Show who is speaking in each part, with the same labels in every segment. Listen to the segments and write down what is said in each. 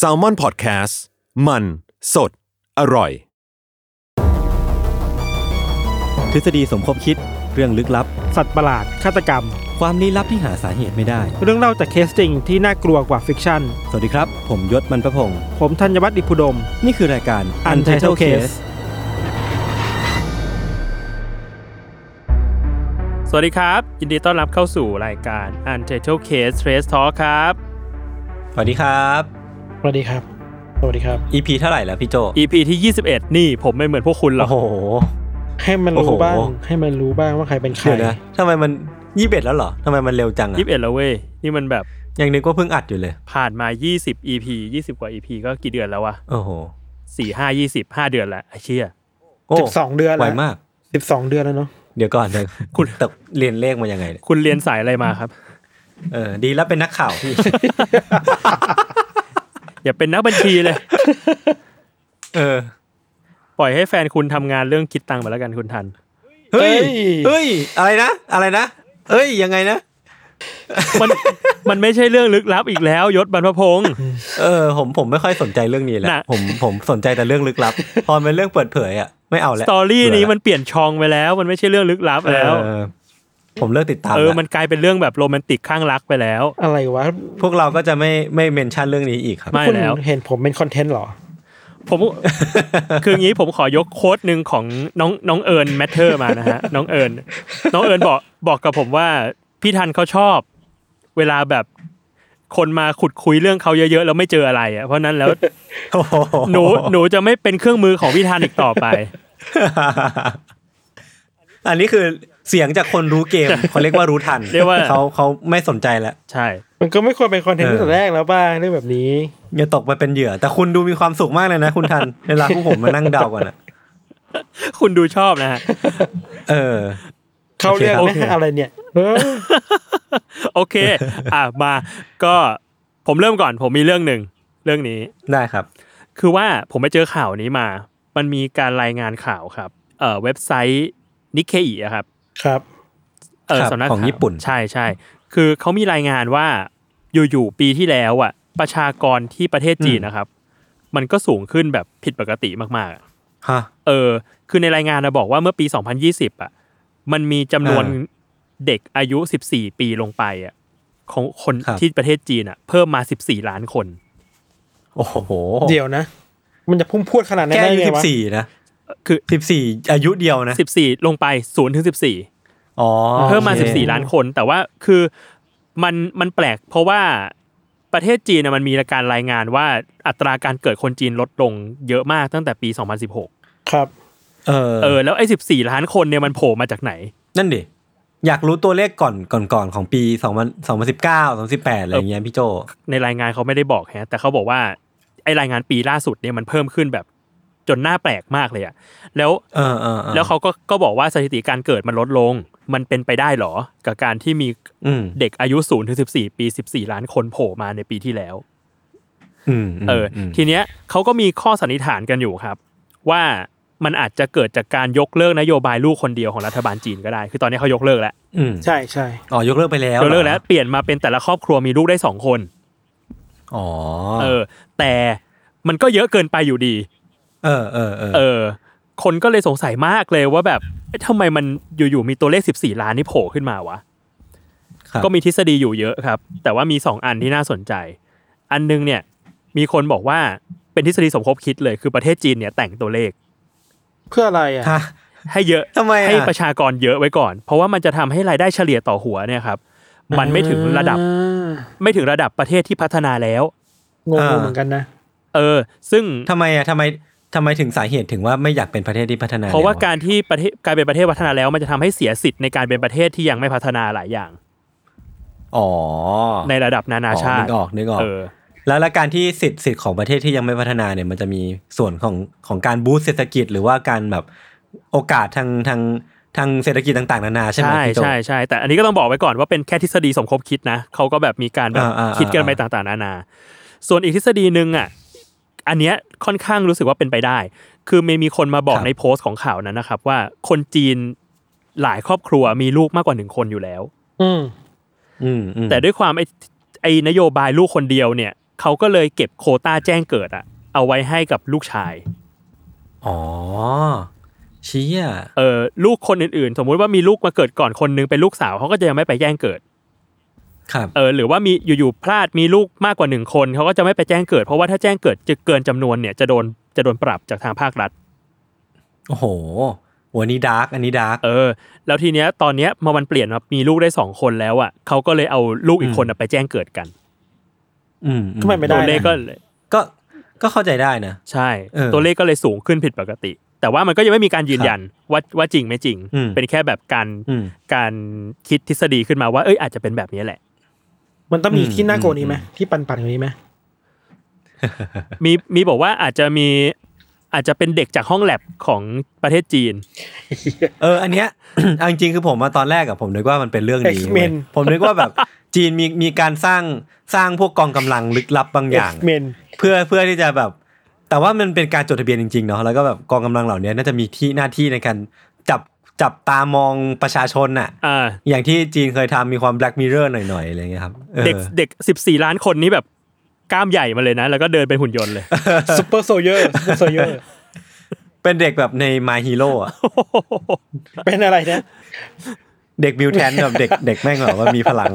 Speaker 1: s a l m o n PODCAST มันสดอร่อย
Speaker 2: ทฤษฎีสมคบคิดเรื่องลึกลับ
Speaker 3: สัตว์ประหลาด ฆาตกรรม
Speaker 2: ความลี้ลับที่หาสาเหตุไม่ได้
Speaker 3: เรื่องเล่าจากเคสจริงที่น่ากลัวกว่าฟิกชั่น
Speaker 2: สวัสดีครับ ผมยศมันประพงศ์
Speaker 3: ผมธัญวัฒน์อิพุดม
Speaker 2: นี่คือรายการ Untitled Case
Speaker 4: สวัสดีครับ ยินดีต้อนรับเข้าสู่รายการ Untitled Case Trace Talk ครับ
Speaker 2: สวัสดีครับ
Speaker 5: สวัสดีครับ สวัสดีครับ
Speaker 2: EP เท่าไหร่แล้วพี่โจ
Speaker 4: EP ที่ 21 นี่ผมไม่เหมือนพวกคุณหรอ
Speaker 2: โอ้
Speaker 4: ก
Speaker 2: โห
Speaker 5: ให้มัน
Speaker 2: โอ้โห
Speaker 5: รู้บ้าง ให้มันรู้บ้างว่าใครเป็นใคร
Speaker 2: เดี๋ยวนะทำไมมันยี่สิบแล้วเหรอทำไมมันเร็วจังอะ
Speaker 4: 21 แล้วเว้ย นี่มันแบบ
Speaker 2: ยังนึกว่าเพิ่งอัดอยู่เลย
Speaker 4: ผ่านมา 20 EP 20 กว่า EP ก็กี่เดือนแล้ววะ
Speaker 2: โอ้โห
Speaker 4: 4 5 20 5 เดือนแล้วไอ้เชี่ย
Speaker 2: โอ้
Speaker 5: 12 เดือน
Speaker 2: ไว
Speaker 5: แล้ว
Speaker 2: มาก
Speaker 5: สิบสองเดือนแล้วเนาะ
Speaker 2: เดี๋ยวก่อน นะคุณตกเรียนเลขมายังไงเนี่ย
Speaker 4: คุณเรียนสายอะไรมาครับ
Speaker 2: เออดีแล้วเป็นนักข่าวพี่
Speaker 4: อย่าเป็นนักบัญชีเลย
Speaker 2: เออ
Speaker 4: ปล่อยให้แฟนคุณทำงานเรื่องคิดตังค์ไปแล้วกันคุณทัน
Speaker 2: เฮ้ย
Speaker 5: เฮ้ย
Speaker 2: เฮ้ยอะไรนะ อะไรนะเอ้ยยังไงนะ
Speaker 4: มัน มันไม่ใช่เรื่องลึกลับอีกแล้วยศบรรพพงศ์
Speaker 2: เออผมผมไม่ค่อยสนใจเรื่องนี้แหละ
Speaker 4: น่ะ
Speaker 2: ผมผมสนใจแต่เรื่องลึกลับ พอเป็นเรื่องเปิดเผยอ่ะไม่เอา
Speaker 4: ส
Speaker 2: แล้ว
Speaker 4: ตอรี่นี้
Speaker 2: เบื่อละ
Speaker 4: มันเปลี่ยนช่องไปแล้ว มันไม่ใช่เรื่องลึกลับแล้ว
Speaker 2: เออผมเลิกติดตาม
Speaker 4: เออ
Speaker 2: ละ
Speaker 4: มันกลายเป็นเรื่องแบบโรแมนติกข้างรักไปแล้ว
Speaker 5: อะไรวะ
Speaker 2: พวกเราก็จะไม่ไม่เมนชั่นเรื่องนี้อีกครับ
Speaker 4: ไม่
Speaker 5: คุณ
Speaker 4: แล้ว
Speaker 5: เห็นผมเป็นคอนเทนต์เหรอ
Speaker 4: ผม คืองี้ผมขอยกโค้ดหนึ่งของน้องน้องเอิญแมทเทอร์มานะฮะ น้องเอิญน้องเอิญบอกบอกกับผมว่า พี่ทันเขาชอบ เวลาแบบคนมาขุดคุยเรื่องเขาเยอะๆแล้วไม่เจออะไรอ่ะเพราะนั้นแล้ว
Speaker 2: โอ้โ
Speaker 4: หนูหนูจะไม่เป็นเครื่องมือของพี่ทันอีกต่อไป
Speaker 2: อันนี้คือเสียงจากคนรู้เก ม เขาเรียกว่ารู้ทัน
Speaker 4: เรียกว่า
Speaker 2: เขาเขาไม่สนใจแล้ว
Speaker 4: ใช่
Speaker 5: มันก็ไม่ควรเป็นคอนเทนต์
Speaker 2: เออ
Speaker 5: ตั้งแต่แรกแล้วบ้างเรื่องแบบนี้
Speaker 2: อย่าตกไปเป็นเหยื่อ แต่คุณดูมีความสุขมากเลยนะ คุณทัน เวลาพวกผมมานั่งเดากันอะ
Speaker 4: คุณดูชอบนะฮะ
Speaker 2: เออ
Speaker 5: เขาเรียก
Speaker 2: โอ
Speaker 5: ไหม
Speaker 2: เค
Speaker 5: อะไรเนี่ยเออ
Speaker 4: โอเค อ่ะมาก็ผมเริ่มก่อน ผมมีเรื่องหนึ่งเรื่องนี้
Speaker 2: ได้ครับ
Speaker 4: คือว่าผมไปเจอข่าวนี้มา มันมีการรายงานข่าวครับ เอ่อเว็บไซต์นิเคอีครับ
Speaker 5: ครับ
Speaker 4: เออ
Speaker 2: ครับ
Speaker 4: สำนัก
Speaker 2: ของ
Speaker 4: ข่าว
Speaker 2: ญี่ปุ่น
Speaker 4: ใช่ใช่คือเขามีรายงานว่าอยู่ๆปีที่แล้วอ่ะ ประชากรที่ประเทศจีนนะครับ มันก็สูงขึ้นแบบผิดปกติมากๆอะ
Speaker 2: ฮะ
Speaker 4: เออ คือในรายงานนะบอกว่าเมื่อปี 2020 อ่ะ มันมีจำนวน
Speaker 2: อ่า
Speaker 4: เด็กอายุ 14 ปีลงไปอ่ะของคน
Speaker 2: ครับ
Speaker 4: ที่ประเทศจีนอ่ะ เพิ่มมา 14 ล้านคน
Speaker 2: โอ้โห
Speaker 5: เดี๋ยวนะ มันจะพุ่งพรวดขนาดนั้น
Speaker 2: แค่
Speaker 5: ได้
Speaker 2: อายุ
Speaker 5: ไง
Speaker 2: สิบ
Speaker 5: วะ
Speaker 2: สี่นะ
Speaker 4: คือ
Speaker 2: สิบสี่อายุเดียวนะ
Speaker 4: 14 ลงไป0ถึง14
Speaker 2: อ๋อ
Speaker 4: เพิ่มมา
Speaker 2: โอเค
Speaker 4: 14 ล้านคน แต่ว่าคือมันมันแปลกเพราะว่าประเทศจีนน่ะมันมีการรายงานว่าอัตราการเกิดคนจีนลดลงเยอะมากตั้งแต่ปี 2016
Speaker 5: ครับ
Speaker 2: เอ
Speaker 4: เอ
Speaker 2: อ
Speaker 4: อแล้วไอ้ 14 ล้านคนเนี่ยมันโผล่มาจากไหน
Speaker 2: นั่นดิอยากรู้ตัวเลขก่อนก่อนก่อนของปีสองพันสองพันสิบเก้าสองสิบแปดอะไรอย่างเงี้ยพี่โจ
Speaker 4: ในรายงานเขาไม่ได้บอกฮะแต่เขาบอกว่าไอ้รายงานปีล่าสุดเนี่ยมันเพิ่มขึ้นแบบจนหน้าแปลกมากเลยอะแล้ว
Speaker 2: เออเออออ
Speaker 4: แล้วเขาก็ก็บอกว่าสถิติการเกิดมันลดลง มันเป็นไปได้เหรอ กับการที่มี
Speaker 2: อืม
Speaker 4: เด็กอายุ0ถึง14 ปี 14 ล้านคนโผล่มาในปีที่แล้ว
Speaker 2: อืมม
Speaker 4: เอออ
Speaker 2: ม
Speaker 4: ทีเนี้ยเขาก็มีข้อสันนิษฐานกันอยู่ครับ ว่ามันอาจจะเกิดจากการยกเลิกนโยบายลูกคนเดียวของรัฐบาลจีนก็ได้ คือตอนนี้เขายกเลิกแล้ว
Speaker 2: อืม
Speaker 5: ใช่ใช่
Speaker 2: อ๋อยกเลิกไปแล้ว
Speaker 4: ยกเลิก
Speaker 2: หรอ
Speaker 4: แล้วเปลี่ยนมาเป็นแต่ละครอบครัวมีลูกได้สองคน
Speaker 2: อ๋อ
Speaker 4: เออ แต่มันก็เยอะเกินไปอยู่ดี
Speaker 2: เออเออเออ
Speaker 4: เออ คนก็เลยสงสัยมากเลยว่าแบบเอ๊ะทำไมมันอยู่ๆมีตัวเลข 14 ล้านนี่โผล่ขึ้นมาวะ
Speaker 2: ครับ
Speaker 4: ก็มีทฤษฎีอยู่เยอะครับ แต่ว่ามีสองอันที่น่าสนใจ อันหนึงเนี่ยมีคนบอกว่าเป็นทฤษฎีสมคบคิดเลยคือประเทศจีนเนี่ยแต่งตัวเลข
Speaker 5: เพื่ออะไรอ่ะ
Speaker 2: ฮะ
Speaker 4: ให้เยอะ
Speaker 2: ทำไมอะ
Speaker 4: ให้ประชากรเยอะไว้ก่อน เพราะว่ามันจะทำให้รายได้เฉลี่ยต่อหัวเนี่ยครับ มันไม่ถึงระดับไม่ถึงระดับประเทศที่พัฒนาแล้ว
Speaker 5: ง
Speaker 2: อ่า
Speaker 5: งๆเหมือนกันนะ
Speaker 4: เออ ซึ่ง
Speaker 2: ทำไมอ่ะทำไมทำไมถึงสาเหตุถึงว่าไม่อยากเป็นประเทศที่พัฒนา
Speaker 4: เพราะว่า
Speaker 2: แล้อ
Speaker 4: การที่ประเทศการเป็นประเทศพัฒนาแล้ว มันจะทำให้เสียสิทธิ์ในการเป็นประเทศที่ยังไม่พัฒนาหลายอย่าง
Speaker 2: อ๋อ
Speaker 4: ในระดับนานาชาติ
Speaker 2: อ๋อนึกออกนึกออก
Speaker 4: เออ
Speaker 2: แล้วและการที่สิทธิ์สิทธิ์ของประเทศที่ยังไม่พัฒนาเนี่ยมันจะมีส่วนของของการบูสต์เศรษฐกิจ หรือว่าการแบบโอกาสทางทางทางเศรษฐกิจต่างๆนานาใช่ไหม
Speaker 4: ใช่
Speaker 2: พี่โจ
Speaker 4: ใช่ใช่แต่อันนี้ก็ต้องบอกไว้ก่อนว่าเป็นแค่ทฤษฎีสมคบคิดนะเขาก็แบบมีการแบบ
Speaker 2: อ่าอ่าอ่า
Speaker 4: คิดกันไปต่างๆนานา ส่วนอีกทฤษฎีหนึ่งอ่ะอันเนี้ยค่อนข้างรู้สึกว่าเป็นไปได้ คือมีมีคนมาบอกในโพสต์ของข่าวนั้นนะครับ ว่าคนจีนหลายครอบครัวมีลูกมากกว่าหนึ่งคนอยู่แล้ว
Speaker 5: อืม
Speaker 2: อืมอืม
Speaker 4: แต่ด้วยความไอ้ไอ้นโยบายลูกคนเดียวเนี่ยเขาก็เลยเก็บโควต้าแจ้งเกิดอ่ะเอาไว้ให้กับลูกชาย
Speaker 2: อ๋อเชี้อ่ะ
Speaker 4: เออลูกคนอื่นๆ สมมุติว่ามีลูกมาเกิดก่อนคนนึงเป็นลูกสาวเขาก็จะยังไม่ไปแจ้งเกิด
Speaker 2: ครับ
Speaker 4: เออหรือว่ามีอยู่ๆพลาดมีลูกมากกว่าหนึ่งคนเขาก็จะไม่ไปแจ้งเกิด เพราะว่าถ้าแจ้งเกิดจะเกินจำนวนเนี่ยจะโดนจะโดนปรับจากทางภาครัฐ
Speaker 2: โอ้โหวันนี้ดาร์กอันนี้ดาร์ก
Speaker 4: เออ แล้วทีเนี้ยตอนเนี้ยมามันเปลี่ยนมามีลูกได้สองคนแล้วอ่ะเขาก็เลยเอาลูกอีกคนน่ะไปแจ้งเกิดกัน
Speaker 2: อืมอื
Speaker 5: ทำไมไม่ได้
Speaker 4: ตัวเลข
Speaker 5: นะ
Speaker 4: ก็
Speaker 2: ก็ก็เข้าใจได้นะ
Speaker 4: ใช่
Speaker 2: เออ
Speaker 4: ตัวเลขก็เลยสูงขึ้นผิดปกติ แต่ว่ามันก็ยังไม่มีการยืนยันว่าว่าจริงไม่จริง
Speaker 2: อืม
Speaker 4: เป็นแค่แบบการ
Speaker 2: อืม
Speaker 4: การคิดทฤษฎีขึ้นมาว่าเอ้ยอาจจะเป็นแบบนี้แหละ
Speaker 5: มันต้องมี
Speaker 2: อืม
Speaker 5: ที่น่ากลัวนี้ไหม
Speaker 2: อืม
Speaker 5: ที่ปันปันกว่านี้ไหม
Speaker 4: มีมีบอกว่าอาจจะมีอาจจะเป็นเด็กจากห้องแลบของประเทศจีน
Speaker 2: เอออันเนี้ย เอาจริงๆคือผมมาตอนแรกอะผมนึกว่ามันเป็นเรื่องดี
Speaker 5: X-Men
Speaker 2: เว้ยผมนึกว่าแบบ จีนมีมีการสร้างสร้างพวกกองกำลังลึกลับบางอย่าง
Speaker 5: เมน
Speaker 2: เพื่อเพื่อที่จะแบบ แต่ว่ามันเป็นการจดทะเบียนจริงๆเนาะแล้วก็แบบกองกำลังเหล่านี้น่าจะมีที่หน้าที่ในการจับจับตามองประชาชนอะ
Speaker 4: อ่า
Speaker 2: อย่างที่จีนเคยทำมีความแบล็กมิเรอร์หน่อยๆอะไรเงี้ยครับออ
Speaker 4: เด็กเด็กสิบสี่ล้านคนนี้แบบกล้ามใหญ่มาเลยนะ แล้วก็เดินเป็นหุ่นยนต์เลย
Speaker 5: ซูเปอร์โซเยอร์ซูเปอร์โซเยอร์
Speaker 2: เป็นเด็กแบบในมาฮีโร่อะ
Speaker 5: เป็นอะไรนะ
Speaker 2: เด็กบิวแทนแบบเด็กเด็กแม่งแบบว่ามีพลัง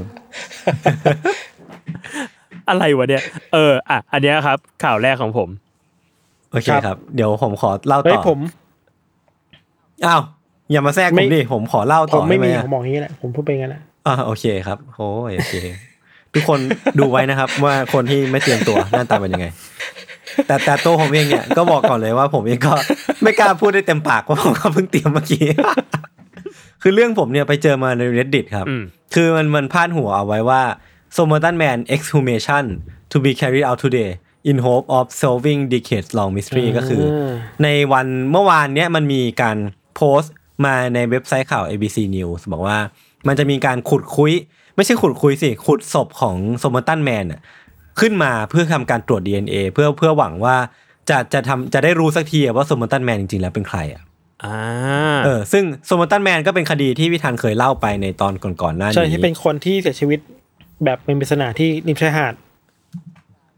Speaker 4: อะไรวะเนี่ย เอออ่ะอันเนี้ยครับ ข่าวแรกของผม
Speaker 2: โอเคครับ เดี๋ยวผมขอเล่า
Speaker 5: เฮ้
Speaker 2: ต่
Speaker 5: ย
Speaker 2: อ
Speaker 5: ผม
Speaker 2: อ้าว อย่ามาแทรกผ
Speaker 5: ไม่
Speaker 2: มดิ ผมขอเล่า
Speaker 5: ผ
Speaker 2: ต่อ
Speaker 5: มไม่มี
Speaker 2: ด้ห
Speaker 5: ผมบอกอย่างนี้แหละผมพูดไปงั้นแหละ
Speaker 2: อ่าโอเคครับโอ้ยโอเค ทุกคนดูไว้นะครับ ว่าคนที่ไม่เตรียมตัวหน้าตาเป็นยังไง แต่แต่ตัวผมเองเนี่ยก็บอกก่อนเลยว่าผมเองก็ ไม่กล้าพูดได้เต็มปากเพราะผมก็เพิ่งเตรียมเมื่อกี้ คือเรื่องผมเนี่ยไปเจอมาใน reddit ครับ
Speaker 4: อืม
Speaker 2: คือมันมันพาดหัวเอาไว้ว่า s o m e r t o n Man Exhumation to be carried out today in hope of solving decades long mystery ก็คือ
Speaker 5: ม
Speaker 2: ในวันเมื่อวานเนี้ยมันมีการโพสต์มาในเว็บไซต์ข่าว ABC News บอกว่ามันจะมีการขุดคุย ไม่ใช่ขุดคุยสิ ขุดศพของสม e r ตันแมนน่ะขึ้นมาเพื่อทำการตรวจ DNA เพื่อเพื่อหวังว่าจะจะทำจะได้รู้สักทีอะว่าสม e r ตันแมนจริงๆ แล้วเป็นใครอ่ะ
Speaker 4: อ่า
Speaker 2: เออซึ่งสม e r ตันแมนก็เป็นคดีที่พี่ธันเคยเล่าไปในตอนก่อนๆหน้านี้
Speaker 5: ใช่ที่เป็นคนที่เสียชีวิตแบบเป็นปริศนาที่ริมชายหาด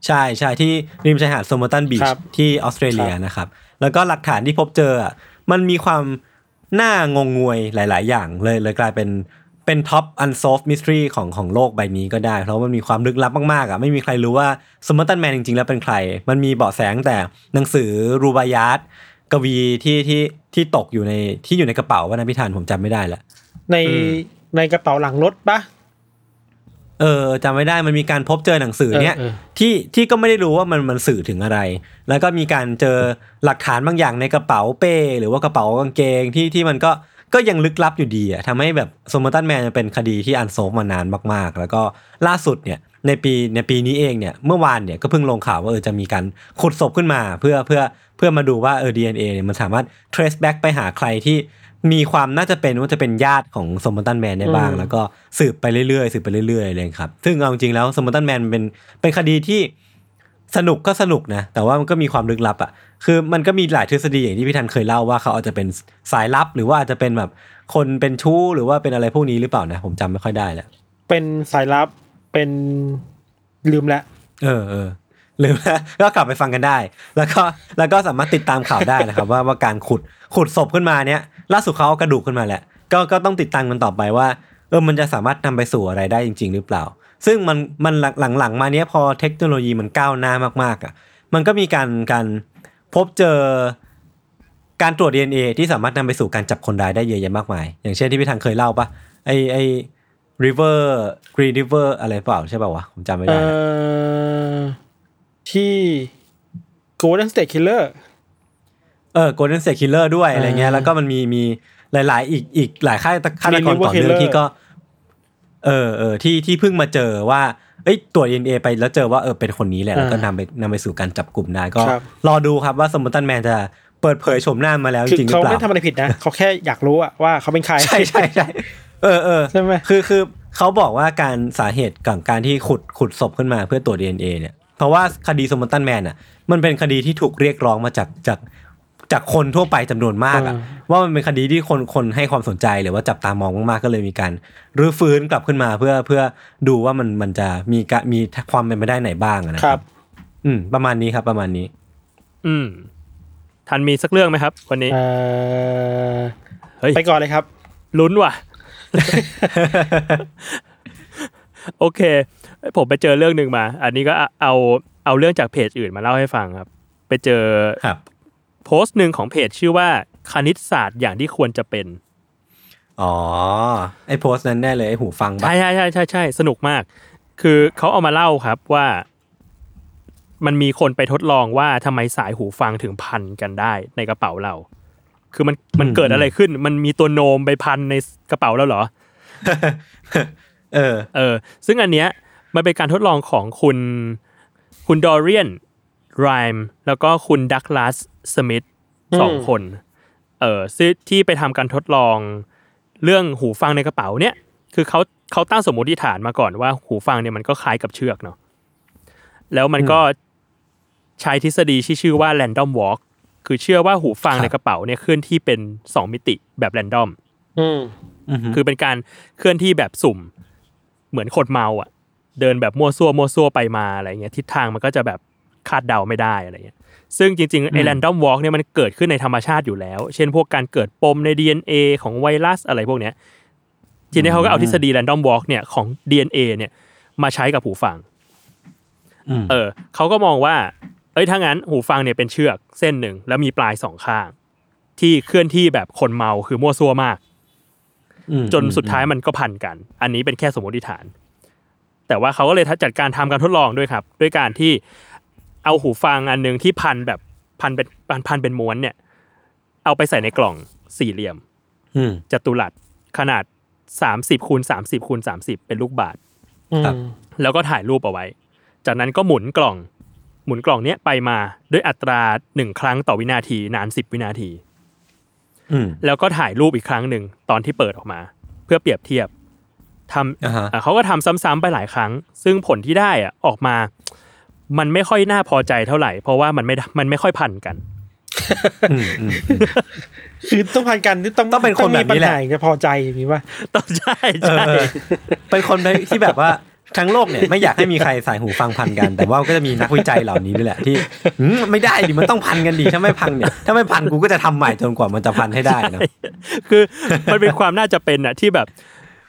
Speaker 2: ใช่ใช่ที่ริมชายหาดโซมาตันบีช
Speaker 5: ครับ
Speaker 2: ที่ออสเตรเลียนะครับ แล้วก็หลักฐานที่พบเจออะมันมีความน่างงงวยหลาย ๆ อย่างเลยเลยกลายเป็นเป็นท็อปอันซอฟมิสทรีของของโลกใบนี้ก็ได้ เพราะมันมีความลึกลับมาก ๆ อ่ะ ไม่มีใครรู้ว่าสม e r ตันแมนจริง ๆ แล้วเป็นใคร มันมีเบาะแสตั้งแต่หนังสือรูบายาตกวีที่ที่ที่ตกอยู่ในที่อยู่ในกระเป๋าว่านะพิธานผมจำไม่ได้ละ
Speaker 5: ในในกระเป๋าหลังรถปะ
Speaker 2: เออจำไม่ได้มันมีการพบเจอหนังสือเนี้ย
Speaker 5: เออเออ
Speaker 2: ที่ที่ก็ไม่ได้รู้ว่ามันมันสื่อถึงอะไร แล้วก็มีการเจอหลักฐานบางอย่างในกระเป๋าเป้ หรือว่ากระเป๋ากางเกงที่ที่มันก็ก็ยังลึกลับอยู่ดีอะทำให้แบบสมตันแมนเป็นคดีที่อันโซฟมานานมากๆ แล้วก็ล่าสุดเนี่ยในปีในปีนี้เองเนี่ยเมื่อวานเนี่ยก็เพิ่งลงข่าวว่าเออจะมีการขุดศพขึ้นมาเพื่อเพื่อเพื่อมาดูว่าเออ DNA เนี่ยมันสามารถ trace back ไปหาใครที่มีความน่าจะเป็นว่าจะเป็นญาติของสมตันแมนได้บ้าง
Speaker 5: อืม
Speaker 2: แล้วก็สืบไปเรื่อยๆ สืบไปเรื่อยๆเลยครับ ซึ่งเอาจริงๆแล้วสมตันแมนเป็นเป็นคดีที่สนุกก็สนุกนะ แต่ว่ามันก็มีความลึกลับอะ่ะ คือมันก็มีหลายทฤษฎีอย่างที่พี่ทันเคยเล่าว่าเขาอาจจะเป็นสายลับ หรือว่าอาจจะเป็นแบบคนเป็นชู้หรือว่าเป็นอะไรพวกนี้หรือเปล่านะ ผมจำไม่ค่อยได้แล้ว
Speaker 5: เป็นสายลับเป็นลืมแล้ว
Speaker 2: เออเออห รือว่า ก็กลับไปฟังกันได้ แล้วก็แล้วก็สามารถติดตามข่าวได้นะครับ ว่าว่าการขุดขุดศพขึ้นมาเนี้ยล่าสุดเขาเอากระดูกขึ้นมาแหละก็ก็ต้องติดตามกันต่อไปว่าเออมันจะสามารถนำไปสู่อะไรได้จริง ๆ หรือเปล่า ซึ่งมันมันหลังหลังๆมาเนี้ยพอเทคโนโลยีมันก้าวหน้ามากๆอ่ะมันก็มีการการพบเจอการตรวจ DNA ที่สามารถนำไปสู่การจับคนร้ายได้เยอะแยะมากมาย อย่างเช่นที่พี่ทางเคยเล่าปะไอไอ river green river อะไรเปล่าใช่ป่าวะผมจำไม่
Speaker 5: เอ
Speaker 2: ได้นะ
Speaker 5: อที่ Golden State Killer
Speaker 2: เออ Golden State Killer ด้วย
Speaker 5: อ่า
Speaker 2: อะไรเงี้ยแล้วก็มันมีมีหลาย ๆ อีกอีกหลายค่ายตะฆาตกร
Speaker 5: Green River
Speaker 2: ต่อเนื่อง
Speaker 5: Killer
Speaker 2: ที่ก็ เออเออที่ที่เพิ่งมาเจอว่าเอ้ยตรวจ DNA ไปแล้วเจอว่าเออเป็นคนนี้แหละแล้วก็นำไปนำไปสู่การจับกลุ่มได้ก็
Speaker 5: ครับ
Speaker 2: รอดูครับว่าสมมติตันแมนจะเปิดเผยโฉมหน้ามาแล้วจ
Speaker 5: คือ
Speaker 2: ริงหรื
Speaker 5: เขา
Speaker 2: อเปล่า
Speaker 5: ไม่ทำอะไรผิดนะ เขาแค่อยากรู้อะว่าเขาเป็นใคร
Speaker 2: ใช่ใช่ใช่เออเออ
Speaker 5: ใช่ไหม
Speaker 2: คือคือเขาบอกว่าการสาเหตุของการที่ขุดขุดศพขึ้นมาเพื่อตรวจ DNA เนี่ย เพราะว่าคดีสมอนตันแมนอ่ะมันเป็นคดีที่ถูกเรียกร้องมาจากจากจากคนทั่วไปจำนวนมากอ่ะ
Speaker 5: อืม
Speaker 2: ว่ามันเป็นคดีที่คนคนให้ความสนใจหรือว่าจับตามองมากๆก็เลยมีการรื้อฟื้นกลับขึ้นมาเพื่อเพื่อดูว่ามันมันจะมีกะมีความเป็นไปได้ไหนบ้างอะนะ
Speaker 5: ค
Speaker 2: ค
Speaker 5: รั
Speaker 2: รับ บอืมประมาณนี้ครับประมาณนี้
Speaker 4: อืม ทันมีสักเรื่องไหมครับวันนี้
Speaker 5: เอ่อ
Speaker 4: เฮ้ย
Speaker 5: ไปก่อนเลยครับ
Speaker 4: ลุ้นว่ะ โอเค ผมไปเจอเรื่องหนึ่งมา อันนี้ก็เอาเอาเรื่องจากเพจอื่นมาเล่าให้ฟังครับ ไปเจอ
Speaker 2: ครับ
Speaker 4: โพสต์หนึ่งของเพจชื่อว่าคณิตศาสตร์อย่างที่ควรจะเป็น
Speaker 2: อ๋อไอโพสต์นั้นแน่เลยไอหูฟังปะ
Speaker 4: ใช่ใช่ใช่ใช่ใช่สนุกมาก คือเขาเอามาเล่าครับว่า มันมีคนไปทดลองว่าทำไมสายหูฟังถึงพันกันได้ในกระเป๋าเรา คือมันมันเกิดอะไรขึ้น มันมีตัวโนมไปพันในกระเป๋าแล้วเหรอ
Speaker 2: เออ
Speaker 4: เออ ซึ่งอันเนี้ยมันเป็นการทดลองของคุณคุณดอเรียนไรม์แล้วก็คุณดักลาสสมิธสอง
Speaker 5: อืม
Speaker 4: คน เออซึ่งที่ไปทำการทดลองเรื่องหูฟังในกระเป๋าเนี่ย คือเขาเขาตั้งสมมติฐานมาก่อนว่าหูฟังเนี่ยมันก็คล้ายกับเชือกเนาะ แล้วมันก็ใช้ทฤษฎีที่ชื่อว่า random walk คือเชื่อว่าหูฟัง
Speaker 2: ครับ
Speaker 4: ในกระเป๋าเนี่ยเคลื่อนที่เป็นสองมิติแบบ random
Speaker 5: อืม
Speaker 2: อือฮึ
Speaker 4: คือเป็นการเคลื่อนที่แบบสุ่ม เหมือนคนเมาอ่ะ เดินแบบมั่วซั่วมั่วซั่วไปมาอะไรเงี้ยทิศทางมันก็จะแบบคาดเดาไม่ได้อะไรเงี้ยซึ่งจริงๆไอ้ random walk เนี่ยมันเกิดขึ้นในธรรมชาติอยู่แล้ว เช่นพวกการเกิดปมใน DNA ของไวรัสอะไรพวกเนี้ยทีนี้เขาก็เอาทฤษฎี random walk เนี่ยของ DNA เนี่ยมาใช้กับหูฟัง
Speaker 2: อืม
Speaker 4: เออเขาก็มองว่า เอ้ยถ้างั้นหูฟังเนี่ยเป็นเชือกเส้นหนึ่งแล้วมีปลายสองข้าง ที่เคลื่อนที่แบบคนเมาคือมั่วซั่วมาก
Speaker 2: อืม
Speaker 4: จนสุดท้ายมันก็พันกัน อันนี้เป็นแค่สมมติฐาน แต่ว่าเขาก็เลยจัดการทำการทดลองด้วยครับ ด้วยการที่เอาหูฟังอันหนึ่งที่พันแบบพันเป็นพันพันเป็นม้วนเนี่ย เอาไปใส่ในกล่องสี่เหลี่ยม
Speaker 2: อืม
Speaker 4: จัตุรัสขนาด 30คูณ30คูณ30 เป็นลูกบาศก์
Speaker 2: ครับ
Speaker 4: แล้วก็ถ่ายรูปเอาไว้ จากนั้นก็หมุนกล่อง หมุนกล่องเนี้ยไปมาด้วยอัตราหนึ่งครั้งต่อวินาทีนาน 10 วินาที
Speaker 2: อืม
Speaker 4: แล้วก็ถ่ายรูปอีกครั้งหนึ่งตอนที่เปิดออกมา เพื่อเปรียบเทียบทำ
Speaker 2: อ่าฮะ
Speaker 4: อ่ะเขาก็ทำซ้ำๆไปหลายครั้ง ซึ่งผลที่ได้อ่ะออกมา มันไม่ค่อยน่าพอใจเท่าไหร่ เพราะว่ามันไม่ได้ มันไม่ค่อยพัน กัน
Speaker 2: อืมอืม
Speaker 5: คือต้องพันกันที่ต้อง
Speaker 2: ต้องเป็นคนแบบนี้แหละ
Speaker 5: ต้องมีปัญาอย่างเงี้ยพอใจอย่างนี้ป่ะ
Speaker 4: ต้องใช่
Speaker 2: เออ
Speaker 4: ใช่
Speaker 2: เออเป็นคนที่แบบว่าทั้งโลกเนี่ยไม่อยากให้มีใครสายหูฟังพันกัน แต่ว่าก็จะมีนักวิจัยเหล่านี้ด้วยแหละที่หืมไม่ได้ดิมันต้องพันกันดิถ้าไม่พันเนี่ยถ้าไม่พันกูก็จะทำใหม่จนกว่ามันจะพันให้ได้เนอะ
Speaker 4: คือมันเป็นความน่าจะเป็นอ่ะที่แบบ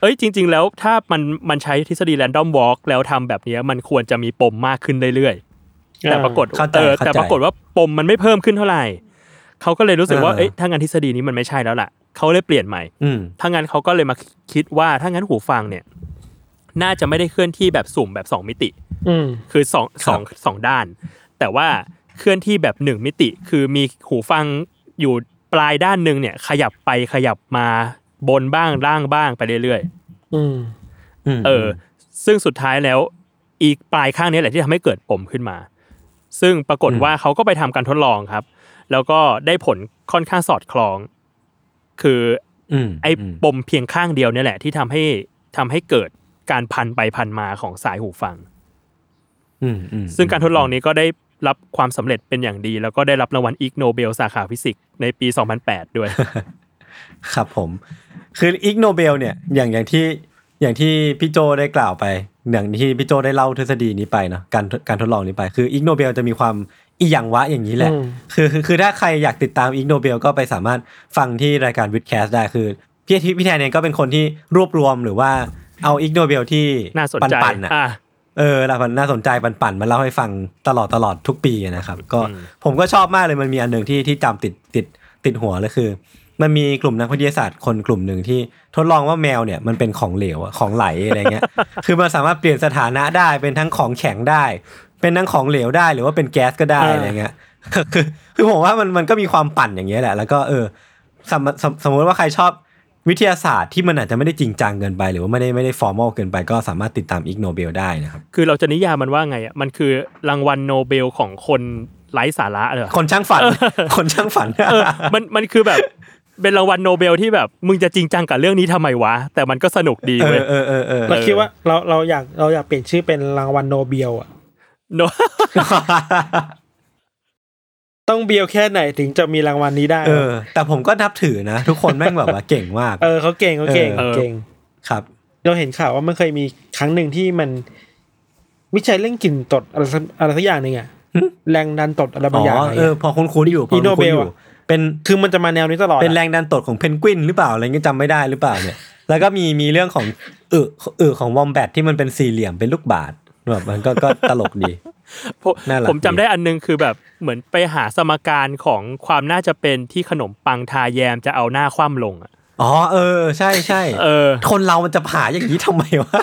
Speaker 4: เอ้ยจริง ๆ แล้วถ้ามันมันใช้ทฤษฎี random walk แล้วทำแบบเนี้ยมันควรจะมีปมมากขึ้นเรื่อยๆ แต่ปรากฏ
Speaker 2: เข้าใจ
Speaker 4: เออ
Speaker 2: เข้า
Speaker 4: แต่
Speaker 2: ใจ
Speaker 4: ปรากฏว่าปมมันไม่เพิ่มขึ้นเท่าไหร่เขาก็เลยรู้สึกว่า
Speaker 2: เออ
Speaker 4: เอ๊ะถ้างั้นทฤษฎีนี้มันไม่ใช่แล้วล่ะเขาเลยเปลี่ยนใหม่
Speaker 2: อืม
Speaker 4: ถ้างั้นเขาก็เลยมาคิดว่าถ้างั้นหูฟังเนี่ย น่าจะไม่ได้เคลื่อนที่แบบสุ่มแบบ 2 มิติ
Speaker 5: อืม
Speaker 4: คือสองสองสองด้าน แต่ว่าเคลื่อนที่แบบ 1 มิติ คือมีหูฟังอยู่ปลายด้านหนึ่งเนี่ย ขยับไปขยับมาบนบ้างล่างบ้างไปเรื่อยๆ
Speaker 5: อืม
Speaker 2: อืม
Speaker 4: เออ ซึ่งสุดท้ายแล้วอีกปลายข้างนี้แหละที่ทำให้เกิดปมขึ้นมา ซึ่งปรากฏว่าเขาก็ไปทำการทดลองครับ แล้วก็ได้ผลค่อนข้างสอดคล้อง คือ
Speaker 2: อืม
Speaker 4: ไอ้ปมเพียงข้างเดียวเนี่ยแหละที่ทำให้ทำให้เกิดการพันไปพันมาของสายหูฟัง
Speaker 2: อืมอืม
Speaker 4: ซึ่งการทดลองนี้ก็ได้รับความสำเร็จเป็นอย่างดี แล้วก็ได้รับรางวัลอีกโนเบลสาขาฟิสิกส์ในปี 2008 ด้วย
Speaker 2: ครับผม คืออิกโนเบลเนี่ยอย่างอย่างที่อย่างที่พี่โจได้กล่าวไป อย่างที่พี่โจได้เล่าทฤษฎีนี้ไปเนอะการการทดลองนี้ไป คืออิกโนเบลจะมีความอีหยังวะอย่างนี้แหละ
Speaker 5: อืม
Speaker 2: คือคือคือถ้าใครอยากติดตามอิกโนเบลก็ไปสามารถฟังที่รายการวิดแคสได้คือพี่อาทิตย์พี่แทนเองก็เป็นคนที่รวบรวมหรือว่าเอาอิกโนเบลที่
Speaker 4: น่าสนใจ
Speaker 2: ปันๆอะ
Speaker 4: อ่ะ
Speaker 2: เออแล้วมันน่าสนใจปันๆมาเล่าให้ฟังตลอดตลอดทุกปีนะครับ ก็
Speaker 4: อืม
Speaker 2: ผมก็ชอบมากเลยมันมีอันหนึ่งที่ที่จำติดติดติดหัวเลยคือ มันมีกลุ่มนักวิทยาศาสตร์คนกลุ่มหนึ่งที่ทดลองว่าแมวเนี่ยมันเป็นของเหลวอะของไหลอะไรเงี้ย คือมันสามารถเปลี่ยนสถานะได้เป็นทั้งของแข็งได้ เป็นทั้งของเหลวได้หรือว่าเป็นแก๊สก็ได้
Speaker 5: อ่า
Speaker 2: อะไรเงี้ย คือคือผมว่ามันมันก็มีความปั่นอย่างเงี้ยแหละ แล้วก็เออสมมสมสมมติว่าใครชอบ วิทยาศาสตร์ที่มันอาจจะไม่ได้จริงจังเกินไป หรือว่าไม่ได้ไม่ได้ฟอร์มอลเกินไป ก็สามารถติดตามอิกโนเบลได้นะครับ
Speaker 4: คือเราจะนิยามมันว่าไงอ่ะ มันคือรางวัลโนเบลของคนไร้สาระ เหรอ
Speaker 2: คนช่างฝัน คนช่างฝัน
Speaker 4: เออ มัน มันคือแบบ เป็นรางวัลโนเบลที่แบบ มึงจะจริงจังกับเรื่องนี้ทำไมวะ แต่มันก็สนุกดี
Speaker 2: เอ
Speaker 4: เว้ย
Speaker 2: อเออเออเออ
Speaker 5: เราคิดว่าเราเราอยากเราอยากเปลี่ยนชื่อเป็นรางวัลโนเบลอะ
Speaker 4: โน
Speaker 5: ต้องเบลแค่ไหนถึงจะมีรางวัลนี้ได้
Speaker 2: เออ แต่ผมก็นับถือนะ ทุกคนแม่งแบบว่าเก่งมาก
Speaker 5: เออเขาเก่งเขาเก่ง
Speaker 4: เออ
Speaker 5: เก่ง
Speaker 2: ครับ
Speaker 5: เราเห็นข่าวว่ามันเคยมีครั้งหนึ่งที่มัน วิจัยเรื่องกลิ่นตดอะไรสักอะไรสักอย่างหนึ่งอะ
Speaker 2: หึ
Speaker 5: แรงดันตดอะไรบา
Speaker 2: อ๋
Speaker 5: งอย่าง
Speaker 2: อ
Speaker 5: อะไร
Speaker 2: เออ
Speaker 5: อะ
Speaker 2: พอคุ้นๆอยู่พอ
Speaker 5: อีโน
Speaker 2: คุ้นๆอ
Speaker 5: เบล
Speaker 2: ยู่
Speaker 5: อะ
Speaker 2: เป็น
Speaker 5: คือมันจะมาแนวนี้ตลอดอะ
Speaker 2: เป็นแรงดันตดของเพนกวินหรือเปล่าอะไรเงี้ยจำไม่ได้หรือเปล่าเนี่ย แล้วก็มีมีเรื่องของอึอึของวอมแบทที่มันเป็นสี่เหลี่ยมเป็นลูกบาศก์แบบมันก็ก็ตลกดี
Speaker 4: ผม
Speaker 2: น่ารัก
Speaker 4: ผมจำ
Speaker 2: ดี
Speaker 4: ได้อันนึงคือแบบเหมือนไปหาสมการของความน่าจะเป็นที่ขนมปังทาแยมจะเอาหน้าคว่ำลงอะ
Speaker 2: อ๋อเออ ใช่ใช่
Speaker 4: เออ
Speaker 2: คนเรามันจะผ่าอย่างนี้ทำไมวะ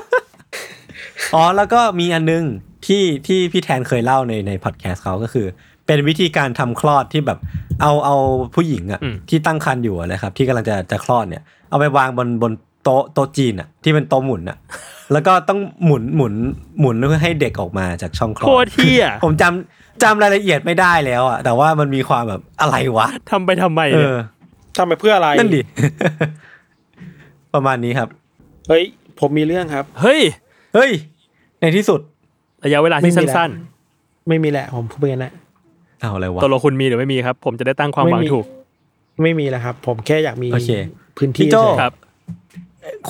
Speaker 2: อ๋อ แล้วก็มีอันนึงที่ที่พี่แทนเคยเล่าในในพอดแคสต์เขาก็คือ เป็นวิธีการทำคลอดที่แบบเอาเอาผู้หญิงอะ
Speaker 4: อืม
Speaker 2: ที่ตั้งครรภ์อยู่อะนะครับ ที่กำลังจะจะคลอดเนี่ย เอาไปวางบนบนโต๊ะโต๊ะจีนอะที่เป็นโต๊ะหมุนอะแล้วก็ต้องหมุนหมุนหมุนเพื่อให้เด็กออกมาจากช่องคลอ
Speaker 4: โค
Speaker 2: ด
Speaker 4: ตรเที่ย
Speaker 2: ผมจำจำรายละเอียดไม่ได้แล้วอะแต่ว่ามันมีความแบบอะไรวะ
Speaker 4: ทำไปทำไม
Speaker 2: เอ
Speaker 4: เนี่ย
Speaker 2: อ
Speaker 5: ทำไปเพื่ออะไร
Speaker 2: นั่นดิ ประมาณนี้ครับ
Speaker 5: เฮ้ย ผมมีเรื่องครับ
Speaker 4: เฮ้ย
Speaker 2: เฮ้ย ในที่สุด
Speaker 4: ระยะเวลาที่
Speaker 5: ไม่มีแล้ว
Speaker 4: สั้น
Speaker 5: ไม่มีแหละผมพูดไปงั้นแหละ
Speaker 2: เอาอะไร
Speaker 4: ๆ
Speaker 2: วะ
Speaker 4: ตกลงคุณมีหรือไม่มีครับ ผมจะได้ตั้งความหวัง
Speaker 5: ไม่มี
Speaker 4: ถูก
Speaker 5: ไม่มีแล้วครับ ผมแค่อยากมี
Speaker 2: โอเค
Speaker 5: พื้น
Speaker 2: พี่
Speaker 5: ที่
Speaker 2: โจ้
Speaker 5: เฉย
Speaker 4: ครับ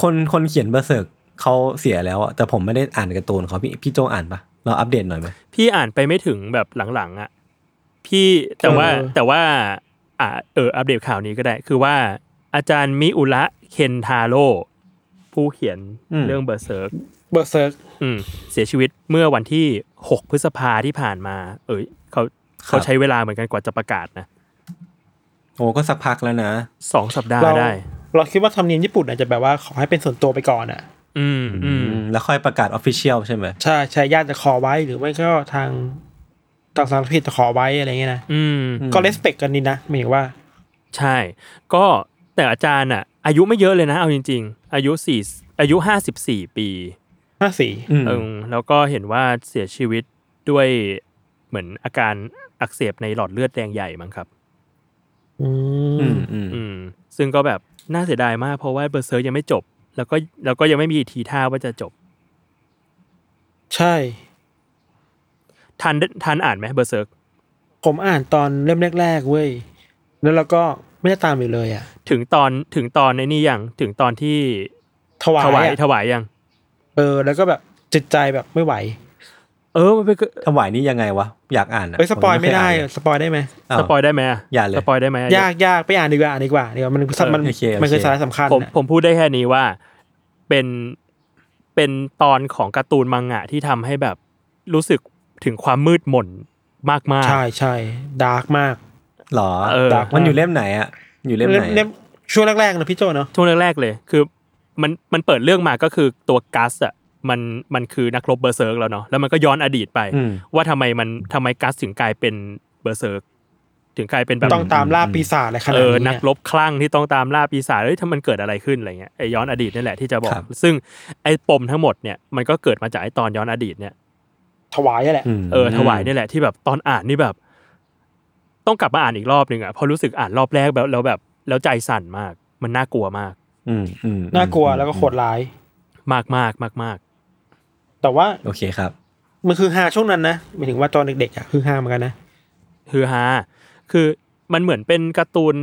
Speaker 2: คนคนเขียนเบอร์เซิร์กเขาเสียแล้วอะแต่ผมไม่ได้อ่านการ์ตูนเขาพี่พี่โจอ่านปะเราอัปเดตหน่อยไหม
Speaker 4: พี่อ่านไปไม่ถึงแบบหลังๆอ่ะพี่แต่ว่าแต่ว่า อ่าเอออัปเดตข่าวนี้ก็ได้ คือว่าอาจารย์มิอุระเคนทาโร่ผู้เขียนเรื่องเบอร์เซิร์ก
Speaker 5: เบอร์เซิร์ก
Speaker 4: อืมเสียชีวิตเมื่อวันที่ 6 พฤษภาที่ผ่านมา เอ้ยเขาเขาใช้เวลาเหมือนกันกว่าจะประกาศนะ
Speaker 2: โอ้ก็สักพักแล้วนะ
Speaker 4: สองสัปดาห์
Speaker 5: เรา
Speaker 4: ได้
Speaker 5: เราคิดว่าธรรมเนียมญี่ปุ่นอาจจะแบบว่าขอให้เป็นส่วนตัวไปก่อนอ่ะ
Speaker 4: อืมอืม
Speaker 2: แล้วค่อยประกาศออฟฟิเชียลใช่ไหม
Speaker 5: ใช่ใช่ญาติจะขอไว้หรือไม่ก็ทางต่างสารพิษจะขอไว้อะไรเงี้ยนะ
Speaker 4: อืม
Speaker 5: ก็เลสเปกกันนี่นะหมายถึงว่า
Speaker 4: ใช่ ก็แต่อาจารย์อ่ะ อายุไม่เยอะเลยนะเอาจริง ๆ อายุสี่อายุห้าสิบสี่ปี
Speaker 5: ห้าสี่
Speaker 2: อืม
Speaker 4: เออแล้วก็เห็นว่าเสียชีวิตด้วยเหมือนอาการอักเสบในหลอดเลือดแดงใหญ่มั้งครับ
Speaker 2: อืมอืม
Speaker 4: อืมซึ่งก็แบบน่าเสียดายมากเพราะว่าเบอร์เซอร์ยังไม่จบ แล้วก็แล้วก็ยังไม่มีทีท่าว่าจะจบ
Speaker 5: ใช่
Speaker 4: ทันได้ทันอ่านไหมเบอร์เซิร์ก
Speaker 5: ผมอ่านตอนเล่มแรกๆเว้ย แล้วเราก็ไม่ได้ตามอยู่เลยอ่ะ
Speaker 4: ถึงตอนถึงตอนในนี่ยังถึงตอนที่
Speaker 5: ถวาย
Speaker 4: ถวาย
Speaker 5: อะ
Speaker 4: ถวายยัง
Speaker 5: เออ แล้วก็แบบจิตใจแบบไม่ไหว
Speaker 4: เออมันเป็น
Speaker 2: ถวายนี่ยังไงวะ อยากอ่านะ
Speaker 5: เอ้ยสปอย
Speaker 2: ผ
Speaker 5: ไม่
Speaker 2: เค
Speaker 5: ได้
Speaker 2: อ่านเล
Speaker 5: สปอยได้ไหม
Speaker 2: อ้าว
Speaker 4: สปอยได้ไหมะ
Speaker 2: อย่าเลย
Speaker 4: สปอยได้ไหมอะ
Speaker 5: ยากยากไปอ่านดีกว่าอ่านดีกว่าเดี๋ยวมันมันมัน
Speaker 2: โอเคโอเค
Speaker 5: มันคือสาระสำคัญ
Speaker 4: ผม
Speaker 5: อะ
Speaker 4: ผมพูดได้แค่นี้ว่าเป็นเป็นตอนของการ์ตูนมังงะที่ทำให้แบบรู้สึกถึงความมืดมนมากๆ
Speaker 5: ใช่ใช่ดาร์กมาก
Speaker 2: หรอ
Speaker 4: เออ
Speaker 2: มันอยู่เล่มไหนอะอยู่เล่มไหน
Speaker 5: เล่
Speaker 2: อะ
Speaker 5: มช่วงแรกๆนะพี่โจเนาะ
Speaker 4: ช่วงแรกๆเลย คือมันมันเปิดเรื่องมาก็คือตัวกัสอ่ะมันมันคือนักรบเบอร์เซิร์กแล้วเนาะแล้วมันก็ย้อนอดีตไป
Speaker 2: อืม
Speaker 4: ว่าทำไมมันทำไมกัสถึงกลายเป็นเบอร์เซิร์กถึงกลายเป็นแบบ
Speaker 5: ต้องตามล่าปีศาจอะไรขนา
Speaker 4: เอ
Speaker 5: ด
Speaker 4: อ
Speaker 5: นี้
Speaker 4: นัก
Speaker 5: เนี่ย
Speaker 4: รบคลั่งที่ต้องตามล่าปีศาจเฮ้ยถ้ามันเกิดอะไรขึ้นอะไรเงี้ยไอย้อนอดีตนี่แหละที่จะบอก
Speaker 2: ครับ
Speaker 4: ซึ่งไอปมทั้งหมดเนี่ยมันก็เกิดมาจากไอตอนย้อนอดีตเนี่ย
Speaker 5: ถวายอะแหละ
Speaker 2: ม
Speaker 4: เออถวายนี่แหละที่แบบตอนอ่านนี่แบบ ต้องกลับมาอ่านอีกรอบหนึ่งอ่ะเพอรู้สึกอ่านรอบแรกแบบแล้วแบบแล้วใจสั่นมาก มันน่ากลัวมาก
Speaker 2: อืมอืม
Speaker 5: น่ากลัวแล้วก็โหดร้าย
Speaker 4: มากมากมากมาก
Speaker 5: แต่ว่า
Speaker 2: โอเคครับ
Speaker 5: มันคือฮาช่วงนั้นนะหมายถึงว่าตอนเด็กๆอ่ะคือฮาเหมือนกันนะ
Speaker 4: ฮือฮาคือมันเหมือนเป็นการ์ตูน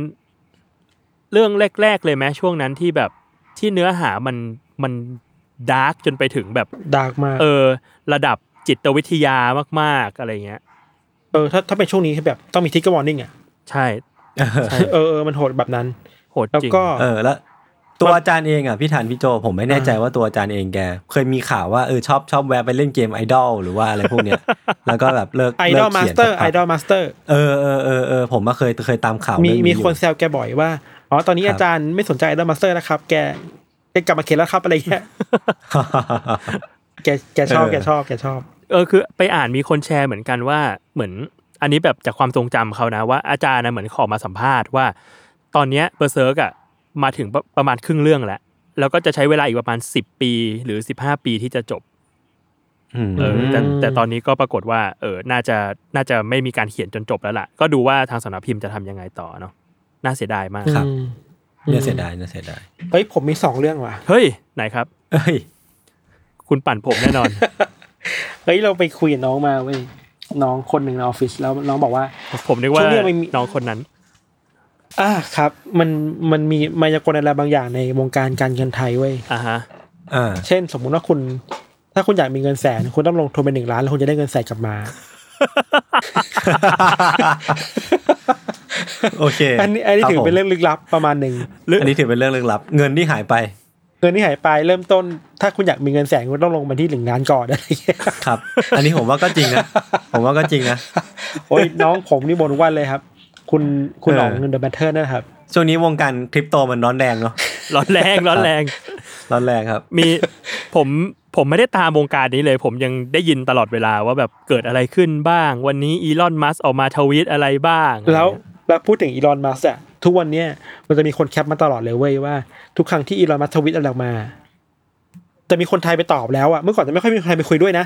Speaker 4: เรื่องแรก ๆ เลยไหมช่วงนั้นที่แบบที่เนื้อหามันมันดาร์กจนไปถึงแบบ
Speaker 5: ดาร์กมาก
Speaker 4: เออระดับจิตวิทยามากๆอะไรเงี้ย
Speaker 5: เออถ้าถ้าเป็นช่วงนี้คือแบบต้องมีทิกเกอร์วอร์นิ่งอ่ะ
Speaker 4: ใช่ใช่
Speaker 5: เออเออมันโหดแบบนั้น
Speaker 4: โหด
Speaker 5: แล้ว
Speaker 4: จริง
Speaker 5: ก็
Speaker 2: เออแล้วตัวอาจารย์เองอ่ะพี่ฐานพี่โจผมไม่แน่ใจว่าตัวอาจารย์เองแก เคยมีข่าวว่าเออชอบชอบแวะไปเล่นเกมไอดอลหรือว่าอะไรพวก เนี้ย แล้วก็แบบเลิก
Speaker 5: ไอด
Speaker 2: เลิ
Speaker 5: อก ลมา
Speaker 2: เขี
Speaker 5: ส
Speaker 2: ยน
Speaker 5: เตอร์
Speaker 2: สัก
Speaker 5: ไอ
Speaker 2: พัก
Speaker 5: ดอลมาสเตอร์
Speaker 2: เออเออเออเออผมมาเคยเคยตามข่าว
Speaker 5: มี
Speaker 2: เรื่อง
Speaker 5: มี
Speaker 2: อยู่
Speaker 5: คนแซวแกบ่อยว่าอ๋อตอนนี้อาจารย์ไม่สนใจไอดอลมาสเตอร์แล้วครับ แกแกกลับมาเขียนแล้วครับอะไรเงี้ย แกแกชอบแกชอบแกชอบ
Speaker 4: เออคือไปอ่านมีคนแชร์เหมือนกันว่าเหมือนอันนี้แบบจากความทรงจำเขานะว่าอาจารย์นะเหมือนขอมาสัมภาษณ์ว่า ตอนเนี้ยเบอร์เซิร์กอะ มาถึงประประมาณครึ่งเรื่องแล้วแล้วก็จะใช้เวลาอีกประมาณ 10 ปีหรือ 15 ปีที่จะจบ
Speaker 2: อืม
Speaker 4: เออแต่แต่ตอนนี้ก็ปรากฏว่าเออน่าจะน่าจะไม่มีการเขียนจนจบแล้วล่ะ ก็ดูว่าทางสำนักพิมพ์จะทำยังไงต่อเนาะน่าเสียดายมาก
Speaker 2: ครับ
Speaker 5: อืม
Speaker 2: เนี่ยเสียดายเนี่ยเสียดาย
Speaker 5: เฮ้ยผมมีสองเรื่องว่ะ
Speaker 4: เฮ้ยไหนครับ
Speaker 2: เอ้ย
Speaker 4: คุณปั่นผมแน่นอน
Speaker 5: เฮ้ยเราไปคุยกับน้องมาเว้ยน้องคนหนึ่งในออฟฟิศแล้วน้องบอกว่า
Speaker 4: ผมนึกว่า
Speaker 5: ช่วงเนี้ยมันมี
Speaker 4: น้องคนนั้น
Speaker 5: อ่าครับ มันมันมีมายากลอะไรบางอย่างในวงการการเงินไทยเว้ย
Speaker 4: อ่าฮะ
Speaker 2: อ่า
Speaker 5: เช่น สมมุติว่าคุณ ถ้าคุณอยากมีเงินแสน คุณต้องลงทุนไปหนึ่งล้านแล้วคุณจะได้เงินแสนกลับมา
Speaker 2: โอเค
Speaker 5: อันนี้อันนี้
Speaker 2: คบ
Speaker 5: ถือเป็น
Speaker 2: ผม
Speaker 5: เรื่องลึกลับประมาณหนึ่ง
Speaker 2: อันนี้ถือเป็นเรื่องลึกลับ เงินที่หายไป
Speaker 5: เงินที่หายไปเริ่มต้น ถ้าคุณอยากมีเงินแสนคุณต้องลงมาที่หนึ่งล้านก่อนอะไรเงี้ย
Speaker 2: ครับ อันนี้ผมว่าก็จริงนะ ผมว่าก็จริงนะ
Speaker 5: โอ้ยน้องผมนี่บ่นทุกวันเลยครับ คุณคุณ
Speaker 2: เออ
Speaker 5: หลองเงินเดอะแมทเทอร์นะครับ
Speaker 2: ช่วงนี้วงการคริปโตมันร้อนแรงเนาะ
Speaker 4: ร้อนแรงร้อนแรง
Speaker 2: ร้อนแรงครับ
Speaker 4: มีผมผมไม่ได้ตามวงการนี้เลย ผมยังได้ยินตลอดเวลาว่าแบบเกิดอะไรขึ้นบ้าง วันนี้อีลอนมัสออกมาทวีตอะไรบ้าง
Speaker 5: แล้วแล้วพูดถึงอีลอนมัสก์อะทุกวันเนี้ยมันจะมีคนแคปมาตลอดเลยเว้ยว่าทุกครั้งที่อีลอนมัสก์ทวิตอะไรออกมา จะมีคนไทยไปตอบแล้วอะเมื่อก่อนจะไม่ค่อยมีคนไทยไปคุยด้วยนะ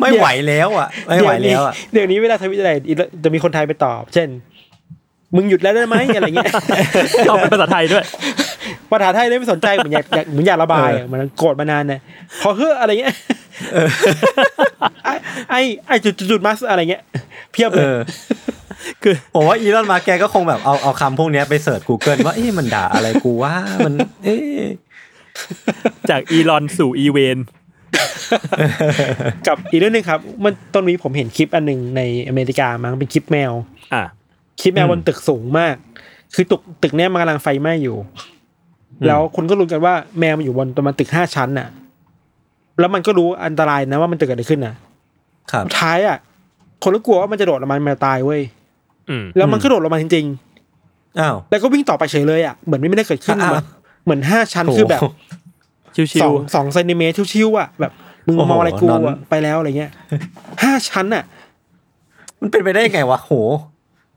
Speaker 2: ไม่ไหวแล้วอ่ะ ไม่ไหวแล้วอ่ะ
Speaker 5: เดี๋ยวนี้เดี๋ยนี้เวลาทวิตอะไรอีลอนจะมีคนไทยไปตอบ เช่น มึงหยุดแล้วได้ไหมอะไรเงี้ย
Speaker 4: เอาเป็นภาษาไทยด้วย
Speaker 5: ปัญหาไทยไม่สนใจเหมือนอยากอยากเหมือนอยากระบายอะเหมือนโกรธมานานเนี่ยพอเฮ้ออะไรเงี้ย ไอ้ไอ้ไอ้จุดจุดจุดมัสก์อะไรเงี้ย เพียบ
Speaker 2: เอ
Speaker 5: เลย
Speaker 2: อ
Speaker 4: คือ
Speaker 2: ผมว่าอีลอนมาแกก็คงแบบเอาเอาคำพวกเนี้ยไปเสิร์ช Google ว่าเอ๊ะมันด่าอะไรกูว่ามันเอ๊ะ
Speaker 4: จากอีลอนสู่อีเวน
Speaker 5: กับอีกเรื่องหนึ่งครับมันตอนนี้ผมเห็นคลิปอันหนึ่งในอเมริกามั้งเป็นคลิปแมว
Speaker 4: อ่ะ
Speaker 5: คลิปแมวบนตึกสูงมาก คือตึกตึกเนี้ยมันกำลังไฟไหม้อยู่ แล้วคนก็รู้กันว่าแมวมันอยู่บนประมาณตึกห้าชั้นน่ะ แล้วมันก็รู้อันตรายนะว่ามันเกิดอะไรขึ้นน่ะ
Speaker 2: ครับ
Speaker 5: สุดท้ายอ่ะ คนก็กลัวว่ามันจะโดดลงมาแมวตายเว้ย
Speaker 4: อืม
Speaker 5: แล้วมันก็โดดลงมาจริง
Speaker 2: อ้าว
Speaker 5: ๆแล้วก็วิ่งต่อไปเฉยเลยอ่ะเหมือนไม่ได้เกิดขึ้น
Speaker 2: อ่ะ
Speaker 5: เหมือนเหมือนห้าชั้นคือแบบ
Speaker 2: โโห
Speaker 4: ชิ
Speaker 5: ส
Speaker 4: ว
Speaker 5: องสองเซนติเมตรชิวๆอ่ะแบบมึง
Speaker 2: โอ้โห
Speaker 5: มองอะไรกู
Speaker 2: นอน
Speaker 5: อ่ะไปแล้วอะไรเงี้ยห้าชั้นน่ะ
Speaker 2: มันเป็นไปได้ยังไงวะโห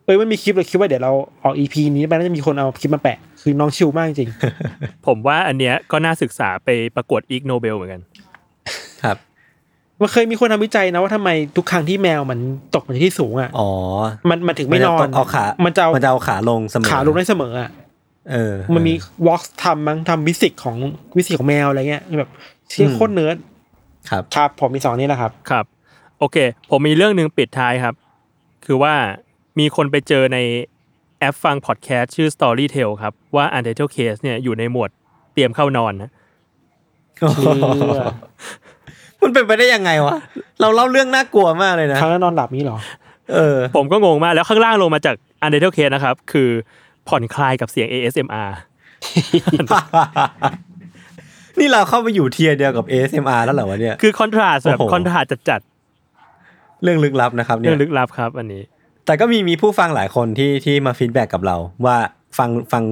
Speaker 5: เอ้ยไม่มีคลิปเลยคิดว่าเดี๋ยวเราออกอีพีนี้ไปน่าจะมีคนเอาคลิปมาแปะ คือน้องชิลมากจริง
Speaker 4: ๆ ผมว่าอันเนี้ยก็น่าศึกษาไปประกวดอีกโนเบลเหมือนกัน
Speaker 2: ครับ
Speaker 5: มันเคยมีคนทำวิจัยนะว่าทำไมทุกครั้งที่แมวมันตกมาที่สูงอ่ะ
Speaker 2: อ๋อ
Speaker 5: มันมันถึงไม่นอน
Speaker 2: จะเอาขามัน
Speaker 5: จะเอา
Speaker 2: จะเอาขาลงเสมอ
Speaker 5: ขาลงได้เสมออ่ะ
Speaker 2: เออ
Speaker 5: มันมีวอล์กทำมั้งทำวิสิกของวิสิกของแมวอะไรเงี้ยแบบเชี่ย
Speaker 2: อืม
Speaker 5: โคตรเนื้อ
Speaker 2: ครับ
Speaker 5: ครับผมมีสองนี่แหละครับ
Speaker 4: ครับ โอเค ผมมีเรื่องหนึ่งปิดท้ายครับ คือว่ามีคนไปเจอในแอปฟังพอดแคสต์ชื่อ Storytel ครับ ว่า Untitled Case เนี่ยอยู่ในหมวดเตรียมเข้านอนนะ
Speaker 5: อ
Speaker 2: มันเป็นไปได้ยังไงวะ เราเล่าเรื่องน่ากลัวมากเลยนะ
Speaker 5: ครั้งนั้นนอนหลับนี้เหรอ
Speaker 2: เออ
Speaker 4: ผมก็งงมากแล้วข้างล่างลงมาจาก Untitled Case นะครับ คือผ่อนคลายกับเสียง ASMR
Speaker 2: นี่เราเข้าไปอยู่เทียร์เดียวกับ ASMR แล้วเหรอวะเนี่ย
Speaker 4: คือคอนทราสแบบ
Speaker 2: โอ้โห
Speaker 4: คอนทราสจัด
Speaker 2: เรื่องลึกลับนะครับ
Speaker 4: ๆ
Speaker 2: เนี่
Speaker 4: เรื่
Speaker 2: ย
Speaker 4: องลึกลับครับ อันนี้
Speaker 2: แต่ก็มีมีผู้ฟังหลายคนที่ที่มาฟีดแบ็กกับเรา ว่าฟังฟัง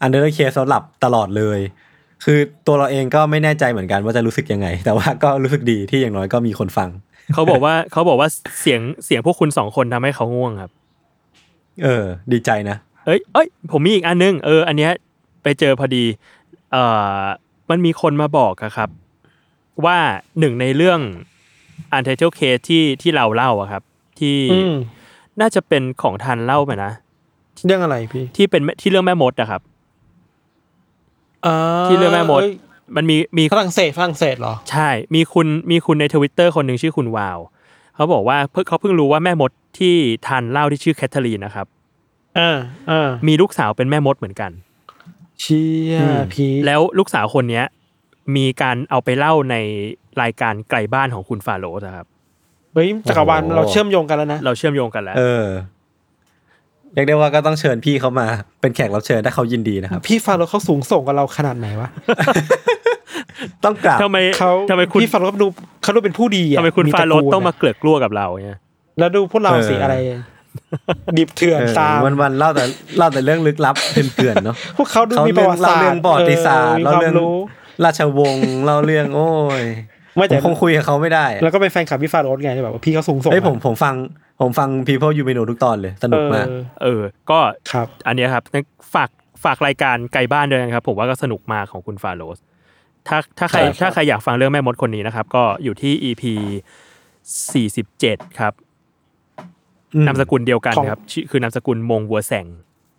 Speaker 2: อันเดอร์เคสหลับตลอดเลย คือตัวเราเองก็ไม่แน่ใจเหมือนกันว่าจะรู้สึกยังไง แต่ว่าก็รู้สึกดีที่อย่างน้อยก็มีคนฟัง
Speaker 4: เขาบอกว่าเขาบอกว่าเสียงเสียงพวกคุณสองคนทำให้เขาง่วงครับ
Speaker 2: เออ ดีใจนะ
Speaker 4: เอ้ยเอ้ย ผมมีอีกอันนึง เออ อันเนี้ยไปเจอพอดี เอ่อ มันมีคนมาบอกอะครับ ว่าหนึ่งในเรื่อง Untitled Case ที่ที่เราเล่าอะครับ ที่
Speaker 5: อืม
Speaker 4: น่าจะเป็นของทันเล่าไปนะ
Speaker 5: เรื่องอะไรพี่
Speaker 4: ที่เป็นที่เรื่องแม่มดอะครับ ที่เรื่องแม่มด
Speaker 5: เอ้ย
Speaker 4: มันมีมี
Speaker 5: ฝรั่งเศสฝรั่งเศสเหรอ
Speaker 4: ใช่ มีคุณมีคุณในทวิตเตอร์คนหนึ่งชื่อคุณวาว เขาบอกว่าเพิ่งเขาเพิ่งรู้ว่าแม่มดที่ทานเหล้าที่ชื่อแคทเธอรีนนะครับ
Speaker 5: อ่าอ่า
Speaker 4: มีลูกสาวเป็นแม่มดเหมือนกัน
Speaker 5: เชีย
Speaker 2: อืม
Speaker 5: พีค
Speaker 4: แล้วลูกสาวคนเนี้ยมีการเอาไปเล่าในรายการไกลบ้านของคุณฟาโรสอะครับ
Speaker 5: เฮ้ยจักรวาล
Speaker 2: โอ้โห
Speaker 5: เราเชื่อมโยงกันแล้วนะ
Speaker 4: เราเชื่อมโยงกันแล้ว
Speaker 2: เออเรียกได้ว่าก็ต้องเชิญพี่เขามา เป็นแขกรับเชิญถ้าเขายินดีนะครับ
Speaker 5: พี่ฟาโรห์เขาสูงส่งกับเราขนาดไหนวะ
Speaker 2: ต้องกราบ
Speaker 4: ทำไม
Speaker 5: เขา
Speaker 4: ทำไมคุณ
Speaker 5: พี่ฟาโรห์ดูเขาดูเป็นผู้ดีอะ
Speaker 4: ทำไมคุณ
Speaker 5: ต
Speaker 4: ฟา
Speaker 5: ระ
Speaker 4: โรส
Speaker 5: กูล
Speaker 4: ต้องมา
Speaker 5: ะ
Speaker 4: เกลือกกลัวกับเราเนี่ย
Speaker 5: แล้วดูพวกเราสิอะไร ดิบเถื่อน
Speaker 2: เออ
Speaker 5: ตาม
Speaker 2: วันวันๆเล่าแต่เล่าแต่เรื่องลึกลับเถื่อนๆเนาะ
Speaker 5: พวกเขาดู
Speaker 2: เขา
Speaker 5: มีประวัติศาสตร์
Speaker 2: เรื่องเล่าเรื่องประวัติศาสตร์
Speaker 5: มี
Speaker 2: เล่า
Speaker 5: ความ
Speaker 2: เรื่อง
Speaker 5: รู้
Speaker 2: ราชวงศ์เล่าเรื่องโอ้ย
Speaker 5: ไม่
Speaker 2: ผ
Speaker 5: แต่
Speaker 2: มคงคุยกับเขาไม่ได้
Speaker 5: แล้วก็เป็นแฟนคลับพี่ฟาโรห์ไงแบบว่าพี่เขาสูงส่ง
Speaker 2: เอ้ยผม
Speaker 5: อะ
Speaker 2: ผมฟัง ผมฟัง People You May Know ทุกตอนเลย สนุกมาก
Speaker 5: เออ
Speaker 4: เออ ก็
Speaker 5: ครับ
Speaker 4: อันเนี้ยครับงั้นฝากฝากรายการไกลบ้านด้วยนะครับ ผมว่าก็สนุกมากของคุณฟาโรส ถ้าถ้าใคร
Speaker 5: ใช่ครับ
Speaker 4: ถ้าใครอยากฟังเรื่องแม่มดคนนี้นะครับ ก็อยู่ที่ EP 47 ครับ
Speaker 2: อืม
Speaker 4: นามสกุลเดียวกันนะครับชื่อคือนามสกุลมงวัวแสง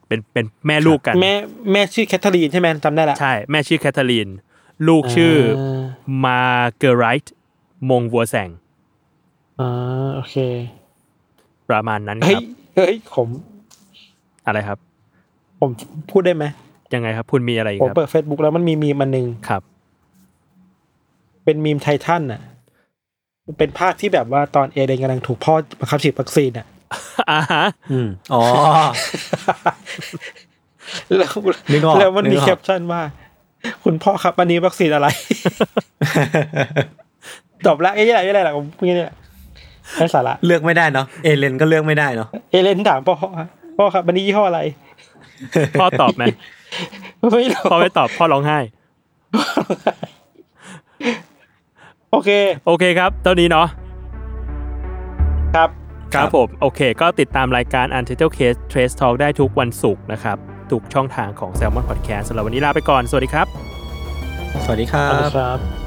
Speaker 4: เป็นเป็นแม่ลูกกัน
Speaker 5: แม่แม่ชื่อแคทเธอรีนใช่ไหมจำได้ละ
Speaker 4: ใช่ แม่ชื่อแคทเธอรีน ลูกชื่อมาเกอไรต์มงวัวแสง
Speaker 5: อ่าโอเค
Speaker 4: ประมาณนั้นค
Speaker 5: เฮ้ย
Speaker 4: รับ
Speaker 5: เฮ้ยผม
Speaker 4: อะไรครับ
Speaker 5: ผมพูดได้ไหม
Speaker 4: ยังไงครับ คุณมีอะไรอีก
Speaker 5: ผม
Speaker 4: ครับ
Speaker 5: เปิด Facebook แล้วมันมีมีมอันหนึ่ง
Speaker 4: ครับ
Speaker 5: เป็นมีมไททันน่ะ มันเป็นภาคที่แบบว่าตอนเอเดนกำลังถูกพ่อบังคับฉีดวัคซีนอ่ะ
Speaker 4: อ่าฮะ
Speaker 2: อืมอ๋อ
Speaker 5: แล้ว
Speaker 2: นึกออก
Speaker 5: แล้วมัน
Speaker 2: นึ
Speaker 5: มี
Speaker 2: กออก
Speaker 5: แคปชั่นว่า คุณพ่อครับอันนี้วัคซีนอะไร จบละไอ้ยี่อะไรยี่อะไรล่ะผมพูดแค่นี้แหละไร้สาระ
Speaker 2: เลือกไม่ได้เนาะเอเลนก็เลือกไม่ได้เนาะ
Speaker 5: เอเลนถามพ่อพ่อครับอันนี้ยี่ห้ออะไร
Speaker 4: พ่อต อบไหม
Speaker 5: ไม่รู้
Speaker 4: พ่อไม่ตอบ พ่อร้องไห้
Speaker 5: โอเค
Speaker 4: โอเคครับ เท่านี้เนาะ
Speaker 5: ครับ
Speaker 4: ครับผม โอเค ก็ติดตามรายการ Untitled Case Trace Talk ได้ทุกวันศุกร์นะครับ ทุกช่องทางของ Salmon Podcast สำหรับวันนี้ลาไปก่อน สวัสดีครับ
Speaker 2: สวัสดีครั
Speaker 5: ขอบคุ
Speaker 2: บ
Speaker 5: ณครับ